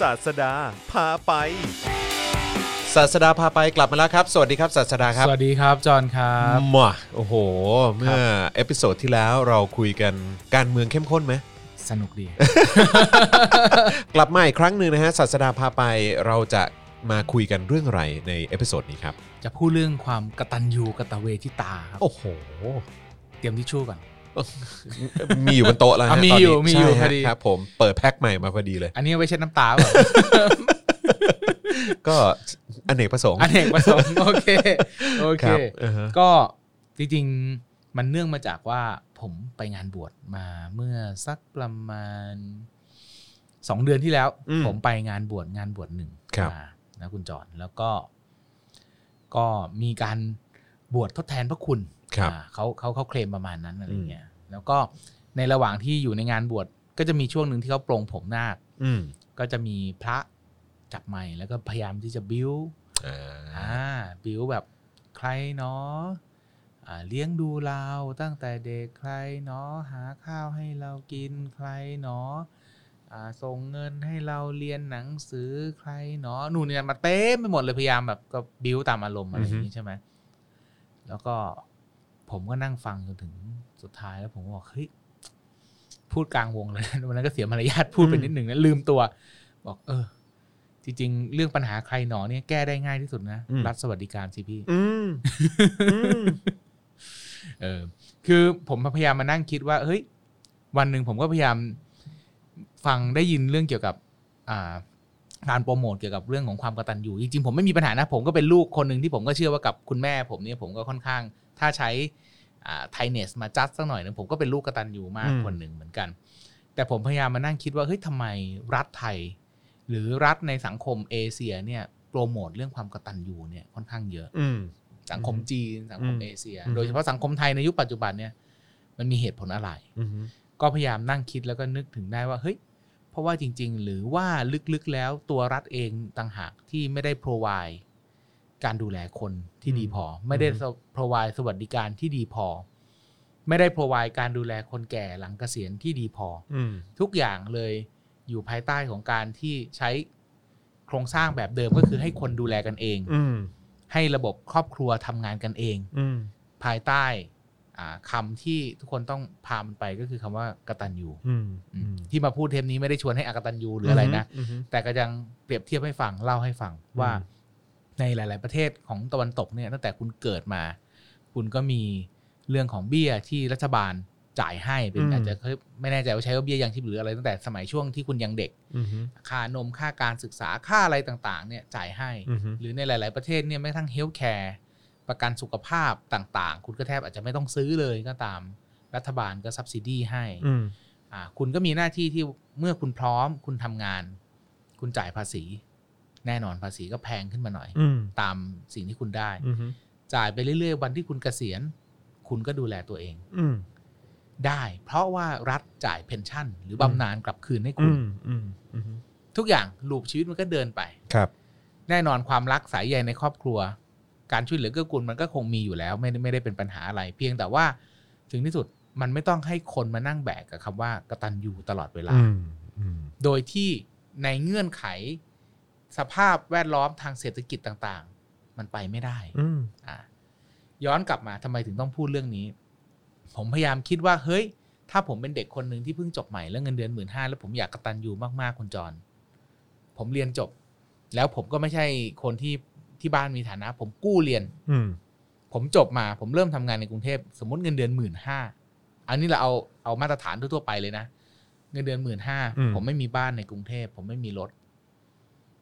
ศาสดาพาไป ศาสดาพาไปกลับมาแล้วครับ สวัสดีครับศาสดาครับ สวัสดีครับ จอห์นครับ มาโอ้โห เมื่อเอพิโซดที่แล้วเราคุยกันการเมืองเข้มข้นไหม สนุกดี กลับมาอีกครั้งหนึ่งนะฮะศาสดาพาไปเราจะมาคุยกันเรื่องอะไรในเอพิโซดนี้ครับ จะพูดเรื่องความกตัญญูกตเวทิตาครับ โอ้โห เตรียมทิชชู่ก่อน มีอยู่บนโต๊ะแล้วฮะ อ่ะมี ตนนี้ อยู่มีอยู่ ใช่ พอดี ครับผมเปิดแพ็คใหม่มาพอดีเลย อันนี้เอาไว้เช็ดน้ำตาเปล่า ก็อเนกประสงค์ อันเอกประส งค์โอเค โอเค ครับอ่าฮะ ก็จริงๆ มันเนื่องมาจากว่าผมไปงานบวชมาเมื่อสักประมาณสองเดือนที่แล้ว อืม ผมไปงานบวชงานบวชหนึ่ง ครับ มานะคุณจอนแล้วก็ ก็มีการบวชทดแทนพระคุณ ครับ อ่าเขาเขาเขาเคลมประมาณนั้นอะไร อืม เงี้ย แล้วก็ในระหว่างที่อยู่ในงานบวชก็จะมีช่วงหนึ่งที่เขาปลงผมนาค อืม ก็จะมีพระจับไม้แล้วก็พยายามที่จะบิ้ว อ่า อ่าบิ้วแบบใครเนาะอ่าเลี้ยงดูเราตั้งแต่เด็กใครเนาะหาข้าวให้เรากินใครเนาะอ่าส่งเงินให้เราเรียนหนังสือใครเนาะนู่นนี่นั่นมาเต็มไปหมดเลยพยายามแบบก็บิ้วตามอารมณ์อะไรอย่างนี้ใช่ไหม แล้วก็ผมก็นั่งฟังจนถึงสุดท้ายแล้วผมก็บอกเฮ้ยพูดกลางวงเลย วันนั้นก็เสียมารยาทพูดไปนิดหนึ่งนะลืมตัว บอก เออ จริง ๆ เรื่องปัญหาใครหนอเนี่ยแก้ได้ง่ายที่สุดนะ อืม รัฐสวัสดิการสิพี่ อืมอืม เออ คือผมพยายามมานั่งคิดว่า เฮ้ย วันหนึ่งผมก็พยายามฟังได้ยินเรื่องเกี่ยวกับ อ่า การโปรโมทเกี่ยวกับเรื่องของความกตัญญูจริงๆผมไม่มีปัญหานะ ผมก็เป็นลูกคนหนึ่งที่ผมก็เชื่อว่ากับคุณแม่ผมเนี่ยผมก็ค่อนข้าง ถ้าใช้ไทเนสมาจัดสักหน่อยหนึงผมก็เป็นลูกกตัญญูมาก อืม คนหนึ่งเหมือนกัน แต่ผมพยายามมานั่งคิดว่าเฮ้ยทำไมรัฐไทย หรือรัฐในสังคมเอเชียเนี่ยโปรโมทเรื่องความกตัญญูเนี่ยค่อนข้างเยอะ อืม สังคม อือฮึ จีนสังคม อืม เอเชีย อือฮึ โดยเฉพาะสังคมไทยในยุคปัจจุบันเนี่ยมันมีเหตุผลอะไร อืม ก็พยายามนั่งคิดแล้วก็นึกถึงได้ว่าเฮ้ยเพราะว่าจริง ๆ หรือว่าลึกๆแล้วตัวรัฐเองต่างหากที่ไม่ได้ provide การดูแลคนที่ดีพอ ไม่ได้ provide สวัสดิการที่ดีพอ ไม่ได้ provide การดูแลคนแก่หลังเกษียณที่ดีพอ อืม ทุกอย่างเลยอยู่ภายใต้ของการที่ใช้โครงสร้างแบบเดิมก็คือให้คนดูแลกันเอง อืม ให้ระบบครอบครัวทำงานกันเอง อืม ภายใต้อ่าคำาที่ทุกคนต้องพามันไปก็คือคำว่ากตัญญู อืม อืมที่มาพูดเทปนี้ไม่ได้ชวนให้อกตัญญูหรืออะไรนะ ม แต่ก็ยังเปรียบเทียบให้ฟังเล่าให้ฟังว่าในหลาย ๆ ประเทศของตะวันตกเนี่ยตั้งแต่คุณเกิดมา คุณก็มีเรื่องของเบี้ยที่รัฐบาลจ่ายให้เป็น อืม อาจจะไม่แน่ใจว่าใช้ว่าเบี้ยยังชีพหรืออะไรตั้งแต่สมัยช่วงที่คุณยังเด็ก อืม ค่านมค่าการศึกษาค่าอะไรต่าง ๆ เนี่ยจ่ายให้ อืม หรือในหลาย ๆ ประเทศเนี่ยแม้กระทั่งเฮลท์แคร์ประกันสุขภาพต่าง ๆ คุณก็แทบอาจจะไม่ต้องซื้อเลยก็ตามรัฐบาลก็ส ubsidy ให้ อืม อ่าคุณก็มีหน้าที่ที่เมื่อคุณพร้อมคุณทำงาน คุณจ่ายภาษี แน่นอนภาษีก็แพงขึ้นมาหน่อย อืม ตามสิ่งที่คุณได้ อืม จ่ายไปเรื่อย ๆ วันที่คุณเกษียณ คุณก็ดูแลตัวเอง อืม ได้ เพราะว่ารัฐจ่ายเพนชั่น หรือบำนาญกลับคืนให้ อื คุณ มอืมอืม ทุกอย่างลูปชีวิตมันก็เดินไป ครับ แน่นอนความรักสายใยในครอบครัว การช่วยเหลือเกื้อกูลมันก็คงมีอยู่แล้ว ไม่ได้ไม่ได้เป็นปัญหาอะไร เพียงแต่ว่าถึงที่สุดมันไม่ต้องให้คนมานั่งแบกกับคำว่ากตัญญูตลอดเวลา อืมอืม โดยที่ในเงื่อนไขสภาพแวดล้อมทางเศรษฐกิจต่างๆ มันไปไม่ได้ อืม อ่ะย้อนกลับมาทำไมถึงต้องพูดเรื่องนี้ ผมพยายามคิดว่าเฮ้ย ถ้าผมเป็นเด็กคนหนึ่งที่เพิ่งจบใหม่แล้วเงินเดือนหมื่นห้าแล้วผมอยากกระตันยูมากๆคุณจร ผมเรียนจบ แล้วผมก็ไม่ใช่คนที่ที่บ้านมีฐานะ ผมกู้เรียน อืม ผมจบมา ผมเริ่มทำงานในกรุงเทพสมมติเงินเดือนหมื่นห้าอันนี้เราเอาเอามาตรฐานทั่วๆไปเลยนะ เงินเดือนหมื่นห้าผมไม่มีบ้านในกรุงเทพผมไม่มีรถ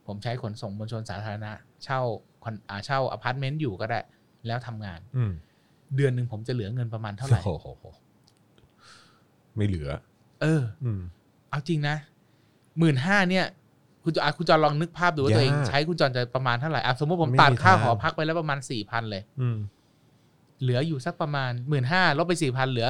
ผมใช้ขนส่งมวลชนสาธารณะ เช่าคอนอาเช่าอพาร์ตเมนต์อยู่ก็ได้ แล้วทำงาน อืม เดือนหนึ่งผมจะเหลือเงินประมาณเท่าไหร่ โอ้โหไม่เหลือ เออ อืม เอาจริงนะหมื่นห้าเนี่ย คุณจออ่ะคุณจอลองนึกภาพดูว่าตัวเอง ยาก ใช้คุณจอจะประมาณเท่าไหร่อ่ะสมมติผม ไม่ ตัด มี ค่า ทาง หอพักไปแล้วประมาณสี่พันเลย อืม เหลืออยู่สักประมาณหมื่นห้าลบไปสี่พันเหลือ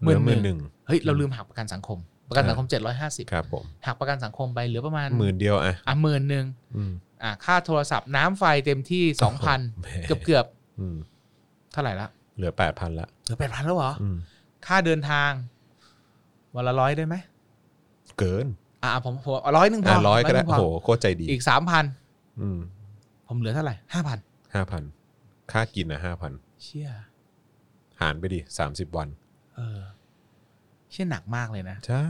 เหลือหมื่นหนึ่ง เฮ้ย เราลืมหักประกันสังคม ประกันสังคมเจ็ดร้อยห้าสิบ ครับผม หักประกันสังคมไปเหลือประมาณ หมื่นเดียวอ่ะ อ่ะหมื่นหนึ่ง อืม อ่ะค่าโทรศัพท์น้ำไฟเต็มที่สองพัน แหม เกือบเกือบ อืม ๆเท่าไหร่ละ เหลือแปดพันละ เหลือแปดพันแล้วเหรอ อืม ค่าเดินทาง วันละร้อยได้ไหม เกิน อ่าผมผมร้อยหนึ่งพ อ่ะ อ ร้อยก็ได้ 100พ โอ้โหโคตรใจดี อีกสามพัน อืม ผมเหลือเท่าไหร่ห้าพัน ห้าพันค่ากินนะห้าพัน เชี่ย หารไปดิสามสิบวัน เออ เชี่ยหนักมากเลยนะ ใช่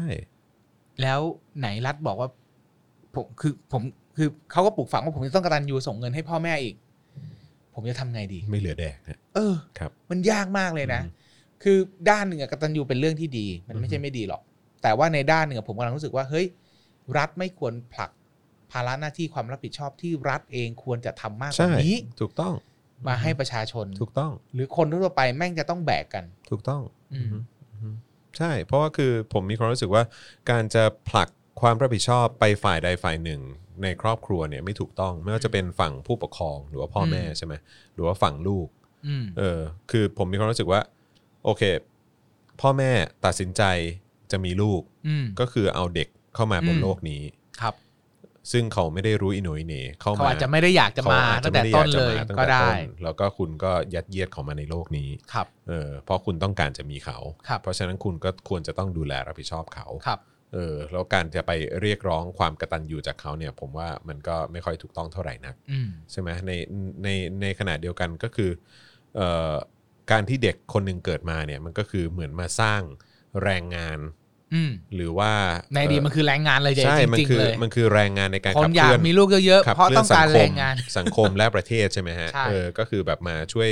แล้วไหนรัฐบอกว่า ผมคือผมคือเขาก็ปลูกฝังว่าผมจะต้องกระตันยูส่งเงินให้พ่อแม่อีก ผมจะทำไงดี ไม่เหลือแดกนะ เออ ครับ มันยากมากเลยนะ อืม คือด้านหนึ่งอะกตัญญูเป็นเรื่องที่ดี มัน อือไม่ฮึ ใช่ไม่ดีหรอก แต่ว่าในด้านหนึ่งอะผมกำลังรู้สึกว่า เฮ้ย รัฐไม่ควรผลักภาระหน้าที่ความรับผิดชอบที่รัฐเองควรจะทำมากก ใช่ ว่านี้ ถูกต้อง มาให้ประชาชน ถูกต้อง หรือคนทั่วไปแม่งจะต้องแบกกัน ถูกต้อง อืม ใช่ เพราะว่าคือผมมีความรู้สึกว่าการจะผลักความรับผิดชอบไปฝ่ายใดฝ่ายหนึ่ง ในครอบครัวเนี่ยไม่ถูกต้อง ไม่ว่าจะเป็นฝั่งผู้ปกครองหรือว่าพ่อแม่ อืม ใช่ไหมหรือว่าฝั่งลูก อืม เออคือผมมีความรู้สึกว่า โอเค พ่อแม่ตัดสินใจจะมีลูก อืม ก็คือเอาเด็กเข้ามาบน อืม โลกนี้ ครับ ซึ่งเขาไม่ได้รู้อิหนุยเหนเข้า เขา มา อาจจะไม่ได้อยากจะมา เขอจ ตั้ง ไม่ แต่ต้นไอากจะ เล มาย ตั้ง ก็ แต่ ได้ ต้นแล้วก็คุณก็ยัดเยียดเขามาในโลกนี้ ครับ เออเพราะคุณต้องการจะมีเขา ครับ เพราะฉะนั้นคุณก็ควรจะต้องดูแลรับผิดชอบเขา ครับ เออแล้วการจะไปเรียกร้องความกตัญญูจากเขาเนี่ย ผมว่ามันก็ไม่ค่อยถูกต้องเท่าไหร่นัก อืม ใช่ไหมในในในขณะเดียวกันก็คือเอ่อการที่เด็กคนหนึ่งเกิดมาเนี่ยมันก็คือเหมือนมาสร้างแรงงาน อืม หรือว่า ในอดีตมันคือแรงงานเลยเจ๊ ใช่ จ มัน ริง คื ๆ อ เลย มันคือแรงงานในการ ผ ขั ม บ อ เค ยาก ลื่อน มีลูกเยอะๆ ขับ เพราะ คลื่น ต้องการ สัคม แรงงาน สังคมและประเทศใช่ไหมฮะ ใช่ เออก็คือแบบมาช่วย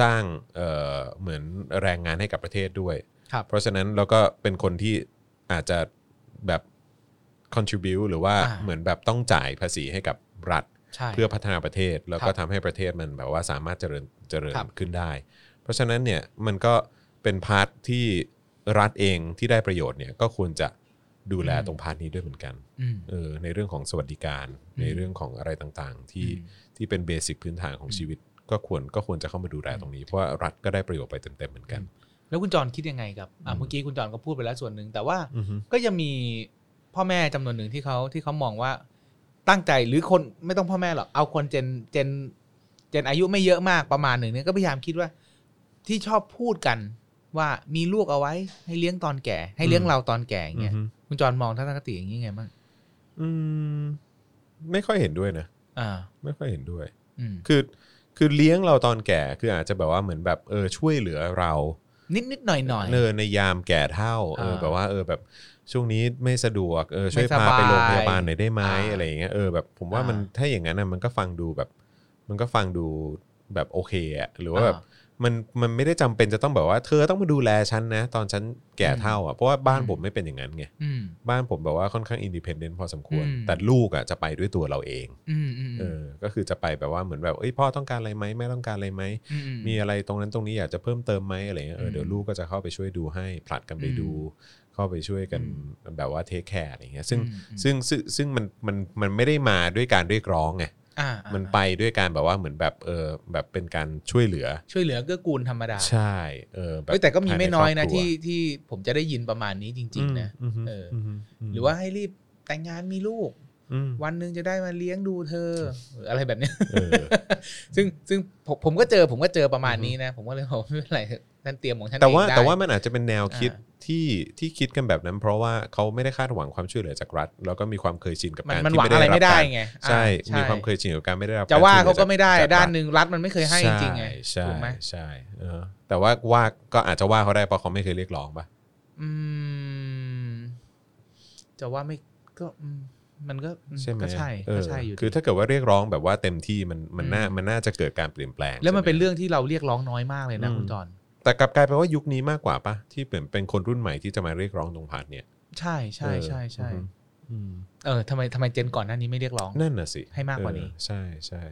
สร้างเอ่อเหมือนแรงงานให้กับประเทศด้วย ครับ เพราะฉะนั้นเราก็เป็นคนที่อาจจะแบบ contribute หรือว่า อ่า เหมือนแบบต้องจ่ายภาษีให้กับรัฐ ใช่ เพื่อพัฒนาประเทศแล้วก็ ครับ ทำให้ประเทศมันแบบว่าสามารถเจริญเจริญ ครับ ขึ้นได้ เพราะฉะนั้นเนี่ยมันก็เป็นพาร์ทที่รัฐเองที่ได้ประโยชน์เนี่ยก็ควรจะดูแล อืม ตรงพาร์ทนี้ด้วยเหมือนกัน อืม เออในเรื่องของสวัสดิการ อืม ในเรื่องของอะไรต่างๆ ที่ อืม ที่เป็นเบสิกพื้นฐานของ อืม ชีวิต ก็ควรก็ควรจะเข้ามาดูแลตรงนี้เพราะว่ารัฐก็ได้ประโยชน์ไปเต็มๆเหมือนกัน แล้วคุณจรคิดยังไงครับอ่ะ อืม เมื่อกี้คุณจรก็พูดไปแล้วส่วนหนึ่งแต่ว่า อือฮึ ก็ยังมีพ่อแม่จำนวนหนึ่งที่เขาที่เขามองว่าตั้งใจหรือคนไม่ต้องพ่อแม่หรอกเอาคนเจนเจนเจนอายุไม่เยอะมากประมาณหนึ่งเนี่ยก็พยายามคิดว่า ที่ชอบพูดกันว่ามีลูกเอาไว้ ให้เลี้ยงตอนแก่ ให้เลี้ยง อืม เราตอนแก่อย่างเงี้ย อือฮึ คุณจรมองทัศนคติอย่างนี้ไงบ้าง อืมไม่ค่อยเห็นด้วยนะ อ่า ไม่ค่อยเห็นด้วย อืม คือคือเลี้ยงเราตอนแก่คืออาจจะแบบว่าเหมือนแบบเออช่วยเหลือเรา นิดนิดหน่อยหน่อย เนอในยามแก่เท่าเออ อ่า แบบว่าเออแบบช่วงนี้ไม่สะดวกเออช่วย ไม่สบา พาย ไปโรงพยาบาลหน่อยได้ไหม อ่า อะไรอย่างเงี้ยเออแบบผมว่า อ่ามั มันถ้าอย่างนั้นนะมันก็ฟังดูแบบ มันก็ฟังดูแบบโอเคอะหรือว่า อ่า แบบมันมันไม่ได้จำเป็นจะต้องแบบว่า เธอต้องมาดูแลฉันนะ ตอนฉันแก่เท่าอ่ะเพราะว่าบ้าน อืม ผมไม่เป็นอย่างนั้นไง อืม บ้านผมแบบว่าค่อนข้างอินดิเพนเดนต์พอสมควร อืม แต่ลูกอ่ะจะไปด้วยตัวเราเอง อืมอืม เออ ก็คือจะไปแบบว่าเหมือนแบบ เอ้ยพ่อต้องการอะไรไหมแม่ต้องการอะไรไหม มอืม มีอะไรตรงนั้นตรงนี้อยากจะเพิ่มเติมไหมอะไรเงี้ย เออ อืม เดี๋ยวลูกก็จะเข้าไปช่วยดูให้ ผลัดกันไปดู เข้าไปช่วยกันแบบว่าเทคแคร์อะไรเงี้ย ซึ่ง อืมอืม ซึ่งซึ่งซึ่งมันมันมันไม่ได้มาด้วยการเรียกร้องไง อ่าอ่า มันไปด้วยการแบบว่าเหมือนแบบเออแบบเป็นการช่วยเหลือ ช่วยเหลือเกื้อกูลธรรมดา ใช่ เออบบ เอ้ยแต่ก็มี ภา ไม่น้อย คร นะ บครัว ที่ที่ผมจะได้ยินประมาณนี้จริง ๆ นะ อืมม เอออื มม หรือว่าให้รีบแต่งงานมีลูก อืม วันหนึ่งจะได้มาเลี้ยงดูเธอหรืออะไรแบบเนี้ย เออ ซึ่งซึ่งผมผมก็เจอผมก็เจอประมาณนี้นะ ผมก็เลยบอกไม่ เป็นไรท่านเตรียมของท่าน แต่ว่า เองได้ แต่ว่ามันอาจจะเป็นแนวคิด อ่า ที่ที่คิดกันแบบนั้น เพราะว่าเขาไม่ได้คาดหวังความช่วยเหลือจากรัฐ แล้วก็มีความเคยชินกับ มัน การ มัน ที่ หวังอะไรไม่ได้ไง ใช่ อ่าใช่ มีความเคยชินกับการไม่ได้รับ จะว่า ช่ยหลื เขา อ ก็ไม่ได้ จก ด้านหนึ่งรัฐมันไม่เคยให้จริงๆไง ใช่ ถูกไหม ใช่เออแต่ว่าว่าก็อาจจะว่าเขาได้เพราะเขาไม่เคยเรียกร้องป่ะ อืม จะว่าไม่ก็อืมมันก็อืม ใช่ไหม ก็ใช่ เอ ก็ อ ใช่อยู่ดี คือถ้าเกิดว่าเรียกร้องแบบว่าเต็มที่มันมันน่า อืม มันน่าจะเกิดการเปลี่ยนแปลง แล้วมัน ใช่ไห เป็นเรื่องที่เราเรียกร้องน้อยมากเลยนะคุณจอน แต่กลับกลายเป็นว่ายุคนี้มากกว่าป่ะที่เปลี่ยนเป็นคนรุ่นใหม่ที่จะมาเรียกร้องตรงพาร์ทเนี่ย ใช่ใช่ใช่ใช่ เอออืม เออทำไมทำไมเจนก่อนหน้านี้ไม่เรียกร้อง นั่นน่ะสิ ให้มากกว่านี้ เออใช่ใช่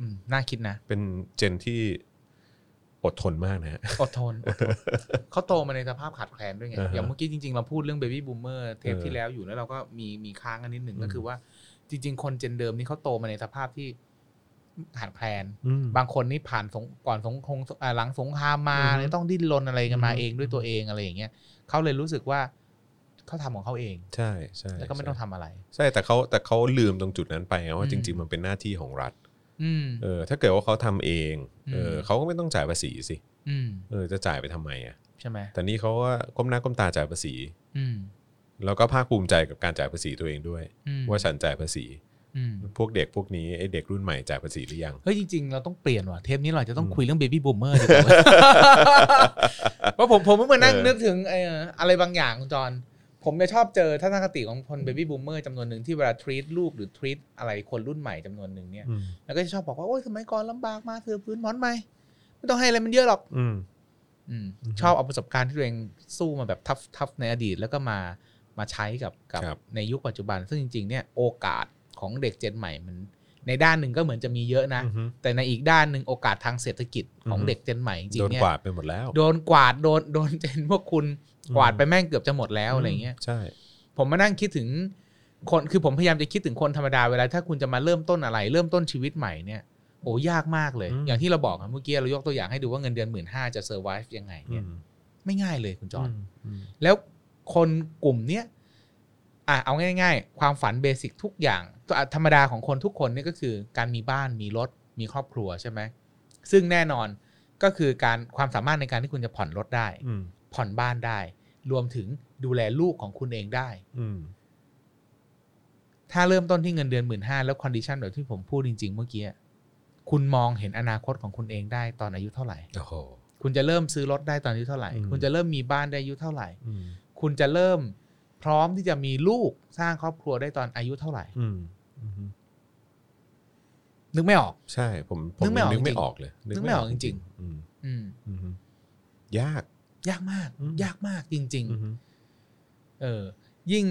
อืมน่าคิดนะ เป็นเจนที่อดทนมากนะฮะ อดทนอ ดทนเขาโตมาในสภาพขาดแคลนด้วยไง อ่าฮะ อย่างเมื่อกี้จริง ๆ เราพูดเรื่องเบบี้บูมเมอร์เทป เออ ที่แล้วอยู่แล้วเราก็มีมีค้างกันนิดหนึ่ง อืม ก็คือว่า จริง ๆ คนเจนเดิมนี่เขาโตมาในสภาพที่ขาดแคลน อืม บางคนนี่ผ่านสงก่อนสงคงอ่าหลังสงครามมา อือฮึ เลยต้องดิ้นรนอะไรกันมา อือฮึ เองด้วยตัวเองอะไรอย่างเงี้ยเขาเลยรู้สึกว่าเขาทำของเขาเอง ใช่ใช่ แล้วก็ไม่ต้องทำอะไร ใช่แต่เขาแต่เขาลืมตรงจุดนั้นไปไงว่า อืม จริง ๆ มันเป็นหน้าที่ของรัฐ อืม เออถ้าเกิดว่าเขาทำเองเอออ ม เขาก็ไม่ต้องจ่ายภาษีสิ อืม เออจะจ่ายไปทำไมอ่ะ ใช่ไหม แต่นี่เขาก็ก้มหน้าก้มตาจ่ายภาษี อืม แล้วก็ภาคภูมิใจกับการจ่ายภาษีตัวเองด้วย อืม ว่าฉันจ่ายภาษี อืม พวกเด็กพวกนี้ไอเด็กรุ่นใหม่จ่ายภาษีหรือยัง เฮ้ยจริง ๆ เราต้องเปลี่ยนว่ะเทปนี้เราอาจจะต้อง อืม คุยเรื่องเบบี้บูมเมอร์ดีกว่าเว้ย เพราะผมผมเมื่อนั่ง เออ นึกถึงเอ่ออะไรบางอย่างคุณจอนผมจะชอบเจอทัศนคติของคนเบบี้บูมเมอร์จำนวนหนึ่งที่เวลาทรีตลูกหรือทรีตอะไรคนรุ่นใหม่จำนวนหนึ่งเนี่ย อืม แล้วก็จะชอบบอกว่าโอ้ยสมัยก่อนลำบากมากเสือพื้นหมอนใหม่ไม่ต้องให้อะไรมันเยอะหรอก อืม อืม อือฮึ ชอบเอาประสบการณ์ที่ตัวเองสู้มาแบบทัฟทัฟในอดีตแล้วก็มามาใช้กับกับ ครับ ในยุคปัจจุบัน ซึ่งจริง ๆ เนี่ยโอกาสของเด็กเจนใหม่มันในด้านหนึ่งก็เหมือนจะมีเยอะนะ แต่ในอีกด้านหนึ่งโอกาสทางเศรษฐกิจของ อือฮึ เด็กเจนใหม่จริ โด งๆ น เนี่ย กวาดไปหมดแล้ว โดนกวาดโดนโดนเจนพวกคุณกวาดไปแม่งเกือบจะหมดแล้วอะไรเงี้ย ใช่ ผมมานั่งคิดถึงคนคือผมพยายามจะคิดถึงคนธรรมดาเวลาถ้าคุณจะมาเริ่มต้นอะไร เริ่มต้นชีวิตใหม่เนี่ยโอ้ยากมากเลย อืม อย่างที่เราบอกอะเมื่อกี้เรายกตัวอย่างให้ดูว่าเงินเดือนหมื่นห้าจะเซอร์ไวฟ์ยังไง อื เนี่ย ม ไม่ง่ายเลยคุณจอน อืม แล้วคนกลุ่มเนี้ยอ่ะเอาง่าย ๆ ความฝันเบสิกทุกอย่างตัวอ่ะธรรมดาของคนทุกคนเนี่ยก็คือ การมีบ้านมีรถมีครอบครัวใช่ไหมซึ่งแน่นอนก็คือการความสามารถในการที่คุณจะผ่อนรถได้ อืม ผ่อนบ้านได้ รวมถึงดูแลลูกของคุณเองได้ อืม ถ้าเริ่มต้นที่เงินเดือนหมื่นห้าแล้วคอนดิชันแบบที่ผมพูดจริง ๆ เมื่อกี้คุณมองเห็นอนาคตของคุณเองได้ตอนอายุเท่าไหร่ โอ้โห คุณจะเริ่มซื้อรถได้ตอนอายุเท่าไหร่ อืม คุณจะเริ่มมีบ้านได้อายุเท่าไหร่ อืม คุณจะเริ่มพร้อมที่จะมีลูกสร้างครอบครัวได้ตอนอายุเท่าไหร่ อืมอืม นึกไม่ออก ใช่ผมผม นึกไม่ออก นึกไม่ จริงๆ ออกเลย นึกไม่ออกจริง ๆอืม อืม อืมยาก ยากมาก อืม ยากมากจริง อืม ๆ เออ ยิ่ง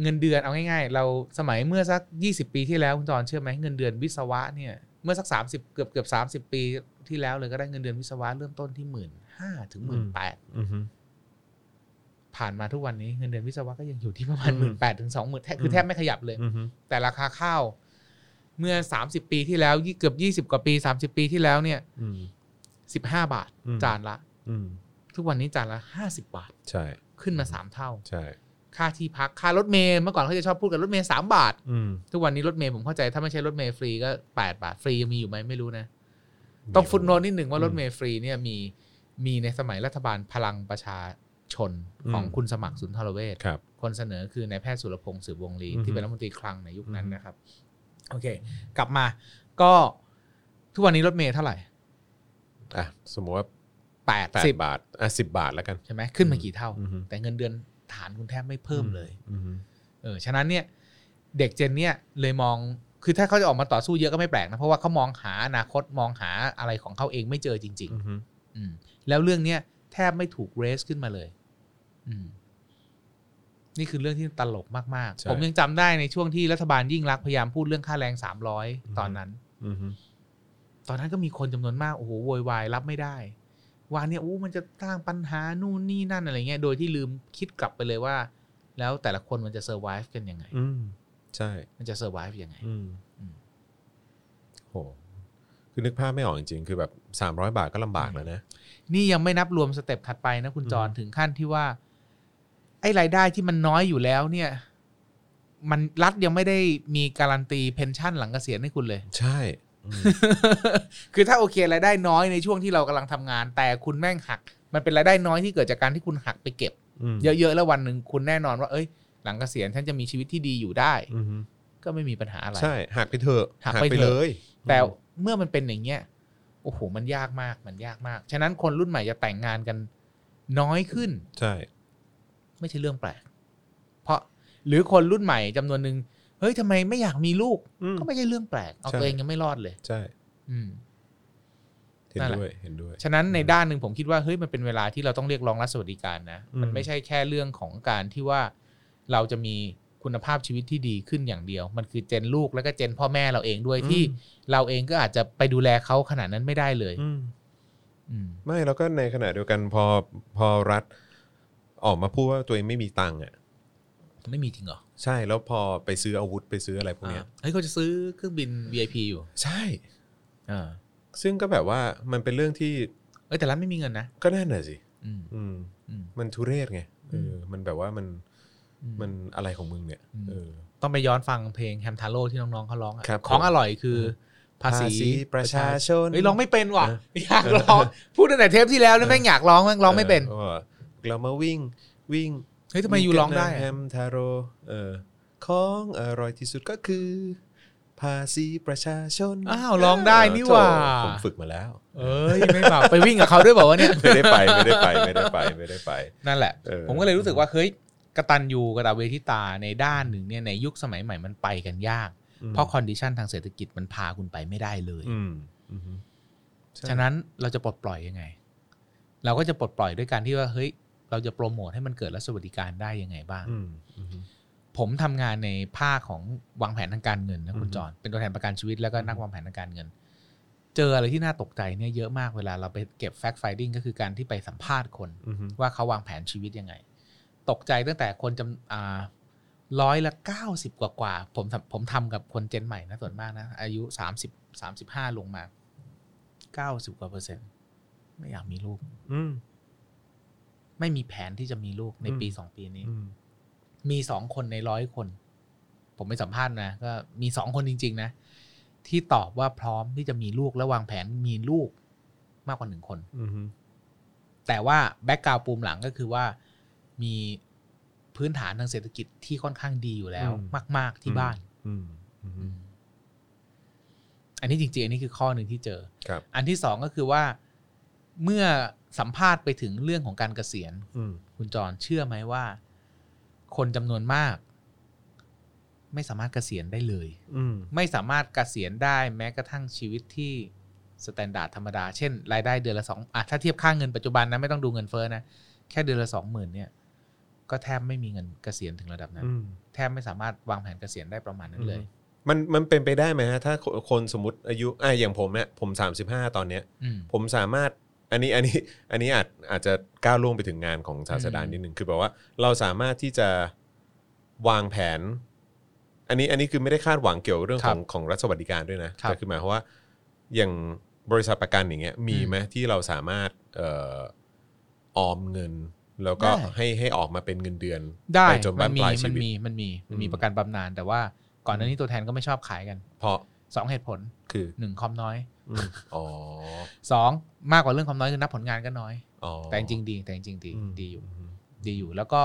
เงินเดือนเอาง่าย ๆ เราสมัยเมื่อสัก 20 ปีที่แล้วคุณจอนเชื่อไหมเงินเดือนวิศวะเนี่ยเมื่อสัก 30 เกือบเกือบ30 ปีที่แล้วเลยก็ได้เงินเดือนวิศวะเริ่มต้นที่หมื่นห้าถึงอืหมื่น ม แปด อืม ผ่านมาทุกวันนี้เงินเดือนวิศวะก็ยังอยู่ที่ประมาณ อื หมื่ ม นแปดถึงสองหมื่นแทบคือ ม แทบไม่ขยับเลย อืม แต่ราคาข้าวเมื่อ 30 ปีที่แล้วยี่เกือบ 20 กว่าปี 30 ปีที่แล้วเนี่ย อืม 15 บาท อืม จานละ อืม ทุกวันนี้จานละ 50 บาท ใช่ ขึ้นมา 3 เท่า ใช่ ค่าที่พักค่ารถเมย์เมื่อก่อนเขาจะชอบพูดกันรถเมย์สามบาท อืม ทุกวันนี้รถเมย์ผมเข้าใจถ้าไม่ใช่รถเมย์ฟรีก็ 8 บาทฟรียังมีอยู่ไหมไม่รู้นะ ต้องฟุตโนตนิดหนึ่งว่ารถเมย์ฟรีเนี่ยมีมีในสมัยรัฐบาลพลังประชาชนของคุณสมัครสุนทรเวช ครับ คนเสนอคือนายแพทย์สุรพงศ์สืบวงศ์ลี อือฮึ ที่เป็นรัฐมนตรีคลังในยุคนั้น อือฮึ นะครับ โอเค กลับมาก็ทุกวันนี้รถเมล์เท่าไหร่ อ่ะสมมติว่า แปด แป สิบ ดบาทอ่ะสิบบาทแล้วกัน ใช่ไหมขึ้นมากี่เท่า อืม แต่เงินเดือนฐานคุณแทบไม่เพิ่มเลย อืม เออฉะนั้นเนี่ย เด็กเจนเนี่ยเลยมองคือถ้าเขาจะออกมาต่อสู้เยอะก็ไม่แปลกนะเพราะว่าเขามองหาอนาคตมองหาอะไรของเขาเองไม่เจอจริง อืม ๆ อืมแล้วเรื่องเนี้ยแทบไม่ถูกเรสขึ้นมาเลย อืม นี่คือเรื่องที่ตลกมาก ใช่ ๆ ผมยังจำได้ในช่วงที่รัฐบาลยิ่งรักษณ์พยายามพูดเรื่องค่าแรงสามร้อย อือฮึ ตอนนั้น อืม ตอนนั้นก็มีคนจำนวนมากโอ้โหโวยวายรับไม่ได้ ว่าเนี่ยอู้มันจะสร้างปัญหานู่นนี่นั่นอะไรเงี้ยโดยที่ลืมคิดกลับไปเลยว่า แล้วแต่ละคนมันจะเซอร์ไวฟ์กันยังไง อืมใช่ มันจะเซอร์ไวฟ์ยังไง อืม อืม โหคือนึกภาพไม่ออกจริงๆ คือแบบ 300 บาทก็ลำบากแล้วนะ นี่ยังไม่นับรวมสเต็ปถัดไปนะคุณจอน อืม ถึงขั้นที่ว่า ไอ้รายได้ที่มันน้อยอยู่แล้วเนี่ย มันรัฐยังไม่ได้มีการันตีเพนชั่นหลังเกษียณให้คุณเลย ใช่อืม คือถ้าโอเครายได้น้อยในช่วงที่เรากำลังทำงาน แต่คุณแม่งหัก มันเป็นรายได้น้อยที่เกิดจากการที่คุณหักไปเก็บ ม เยอะๆแล้ววันหนึ่งคุณแน่นอนว่าเอ้ย หลังเกษียณฉันจะมีชีวิตที่ดีอยู่ได้ อืม ก็ไม่มีปัญหาอะไร ใช่หักไปเถอะ หักไปเถเลอะย แต่เมื่อมันเป็นอย่างเงี้ยโอ้โหมันยากมากมันยากมาก ฉะนั้นคนรุ่นใหม่จะแต่งงานกันน้อยขึ้น ใช่ ไม่ใช่เรื่องแปลก เพราะหรือคนรุ่นใหม่จำนวนหนึ่งเฮ้ยทำไมไม่อยากมีลูก อืม ก็ไม่ใช่เรื่องแปลก เอา ใช่ ตัวเองยังไม่รอดเลย ใช่ อืม เห็น นั่นด้แหละวยเห็นด้วย ฉะนั้นในด้านหนึ่งผมคิดว่าเฮ้ยมันเป็นเวลาที่เราต้องเรียกร้องรัฐสวัสดิการนะ อืม มันไม่ใช่แค่เรื่องของการที่ว่าเราจะมีคุณภาพชีวิตที่ดีขึ้นอย่างเดียว มันคือเจนลูกแล้วก็เจนพ่อแม่เราเองด้วยที่ เราเองก็อาจจะไปดูแลเขาขนาดนั้นไม่ได้เลย อืม อืม ไม่แล้วก็ในขณะเดียวกันพอพอรัฐออกมาพูดว่าตัวเองไม่มีตังค์อ่ะ ไม่มีจริงเหรอ ใช่แล้วพอไปซื้ออาวุธไปซื้ออะไรพวกเนี้ย อ่าเฮ้ยเขาจะซื้อเครื่องบิน VIP อยู่ ใช่ อ่า ซึ่งก็แบบว่ามันเป็นเรื่องที่ เอ้ยแต่รัฐไม่มีเงินนะ ก็น่นน่ะสิ อืม อืม อืม มันทุเรศไงเอออมมันแบบว่ามัน อื มันอะไรของมึงเนี่ย อืม เออ ต้องไปย้อนฟังเพลงแฮมทาโร่ที่น้องๆเขาร้องอะ ครับ ขอผงม อร่อยคือภาษี ประชาชน เฮ้ยร้องไม่เป็นว่ะ เออ อ อย ากร้อง พูดตั้งแต่เทปที่แล้วนะ เออ แม่งอยากร้องแม่งร้องไม่เป็น ออออเรามาวิ่งวิ่ง เฮ้ยทำไมยูร้องได้ แฮ อะ มทาโรเออของอร่อยที่สุดก็คือ ภาษีประชาชน อ้าวร้องได้นี่หว่า ผมฝึกมาแล้ว เอ้ยไม่เปล่าไปวิ่งกับเขาด้วยบอกว่าวะเนี่ย ไม่ได้ ไปไม่ได้ไปไม่ได้ไปไม่ได้ไป นั่นแหละ เออ ผมก็เลยรู้สึกว่าเฮ้ยกตันยูกตเวทิตาในด้านหนึ่งเนี่ยในยุคสมัยใหม่มันไปกันยาก เพราะคอนดิชันทางเศรษฐกิจมันพาคุณไปไม่ได้เลย อืมอืม ใช่ ฉะนั้นเราจะปลดปล่อยยังไง เราก็จะปลดปล่อยด้วยการที่ว่าเฮ้ยเราจะโปรโมทให้มันเกิดรัฐสวัสดิการได้ยังไงบ้าง อืมอืม ผมทำงานในภาคของวางแผนทางการเงินนะคุณ อืม จอนเป็นตัวแทนประกันชีวิตแล้วก็นักวางแผนทางการเงิน เจออะไรที่น่าตกใจเนี่ยเยอะมากเวลาเราไปเก็บแฟกต์ไฟดิ้งก็คือการที่ไปสัมภาษณ์คน อืม ว่าเขาวางแผนชีวิตยังไง ตกใจตั้งแต่คนจำอ่าร้อยละเก้าสิบกว่ากว่าผมทำผมทำกับคนเจนใหม่นะส่วนมากนะ อายุสามสิบสามสิบห้าลงมาเก้าสิบกว่าเปอร์เซ็นต์ ไม่อยากมีลูก อืม ไม่มีแผนที่จะมีลูกในปี อืม สองปีนี้ อืม มีสองคนในร้อยคน ผมไปสัมภาษณ์นะ ก็มีสองคนจริง ๆ นะ ที่ตอบว่าพร้อมที่จะมีลูกและวางแผนมีลูกมากกว่าหนึ่งคน อืม แต่ว่าแบ็กกราวปูมหลังก็คือว่ามีพื้นฐานทางเศรษฐกิจที่ค่อนข้างดีอยู่แล้ว มาก ๆ ที่บ้าน อืมอืม อันนี้จริง ๆ อันนี้คือข้อหนึ่งที่เจอ ครับ อันที่สองก็คือว่าเมื่อสัมภาษณ์ไปถึงเรื่องของการเกษียณ อืม คุณจรเชื่อไหมว่า คนจำนวนมาก ไม่สามารถเกษียณได้เลย อืม ไม่สามารถเกษียณได้แม้กระทั่งชีวิตที่สแตนดาร์ดธรรมดา เช่น รายได้เดือนละสองอ่ะถ้าเทียบค่าเงินปัจจุบันนะไม่ต้องดูเงินเฟ้อนะ แค่เดือนละสองหมื่นเนี่ย ก็แทบไม่มีเงินเกษียณถึงระดับนั้น อืม แทบไม่สามารถวางแผนเกษียณได้ประมาณนั้นเลย มันมันเป็นไปได้ไหมฮะถ้าคนคนสมมติอายุอ่ะอย่างผมเนี่ยผม 35 ตอนเนี้ย อืม ผมสามารถอันนี้อันนี้อันนี้อาจอาจจะก้าวล่วงไปถึงงานของศาสดา อืม นิดนึงคือแบบว่าเราสามารถที่จะวางแผน อันนี้อันนี้คือไม่ได้คาดหวังเกี่ยวเรื่อง ค ข รั อบ งของรัฐสวัสดิการด้วยนะครับ แต่คือหมายความว่าอย่างบริษัทประกันอย่างเงี้ยมีไหมที่เราสามารถเอ่อออมเงิน แล้วก็ ได้ ให้ให้ออกมาเป็นเงินเดือน ได้ ไปจน มั บ้าน น มี ปลายชีมัน วิต มีมันมีมันมี อืม ประกันบำนาญแต่ว่าก่อนหน้านี้ตัวแทนก็ไม่ชอบขายกัน เพราะ สองเหตุผล คือ หนึ่งคอมน้อย อืมอ๋อ สองมากกว่าเรื่องคอมน้อยคือนับผลงานก็น้อย อ๋อ แต่จริงๆดีแต่จริงๆดี ม ดีอยู่ ม ดีอยู่แล้วก็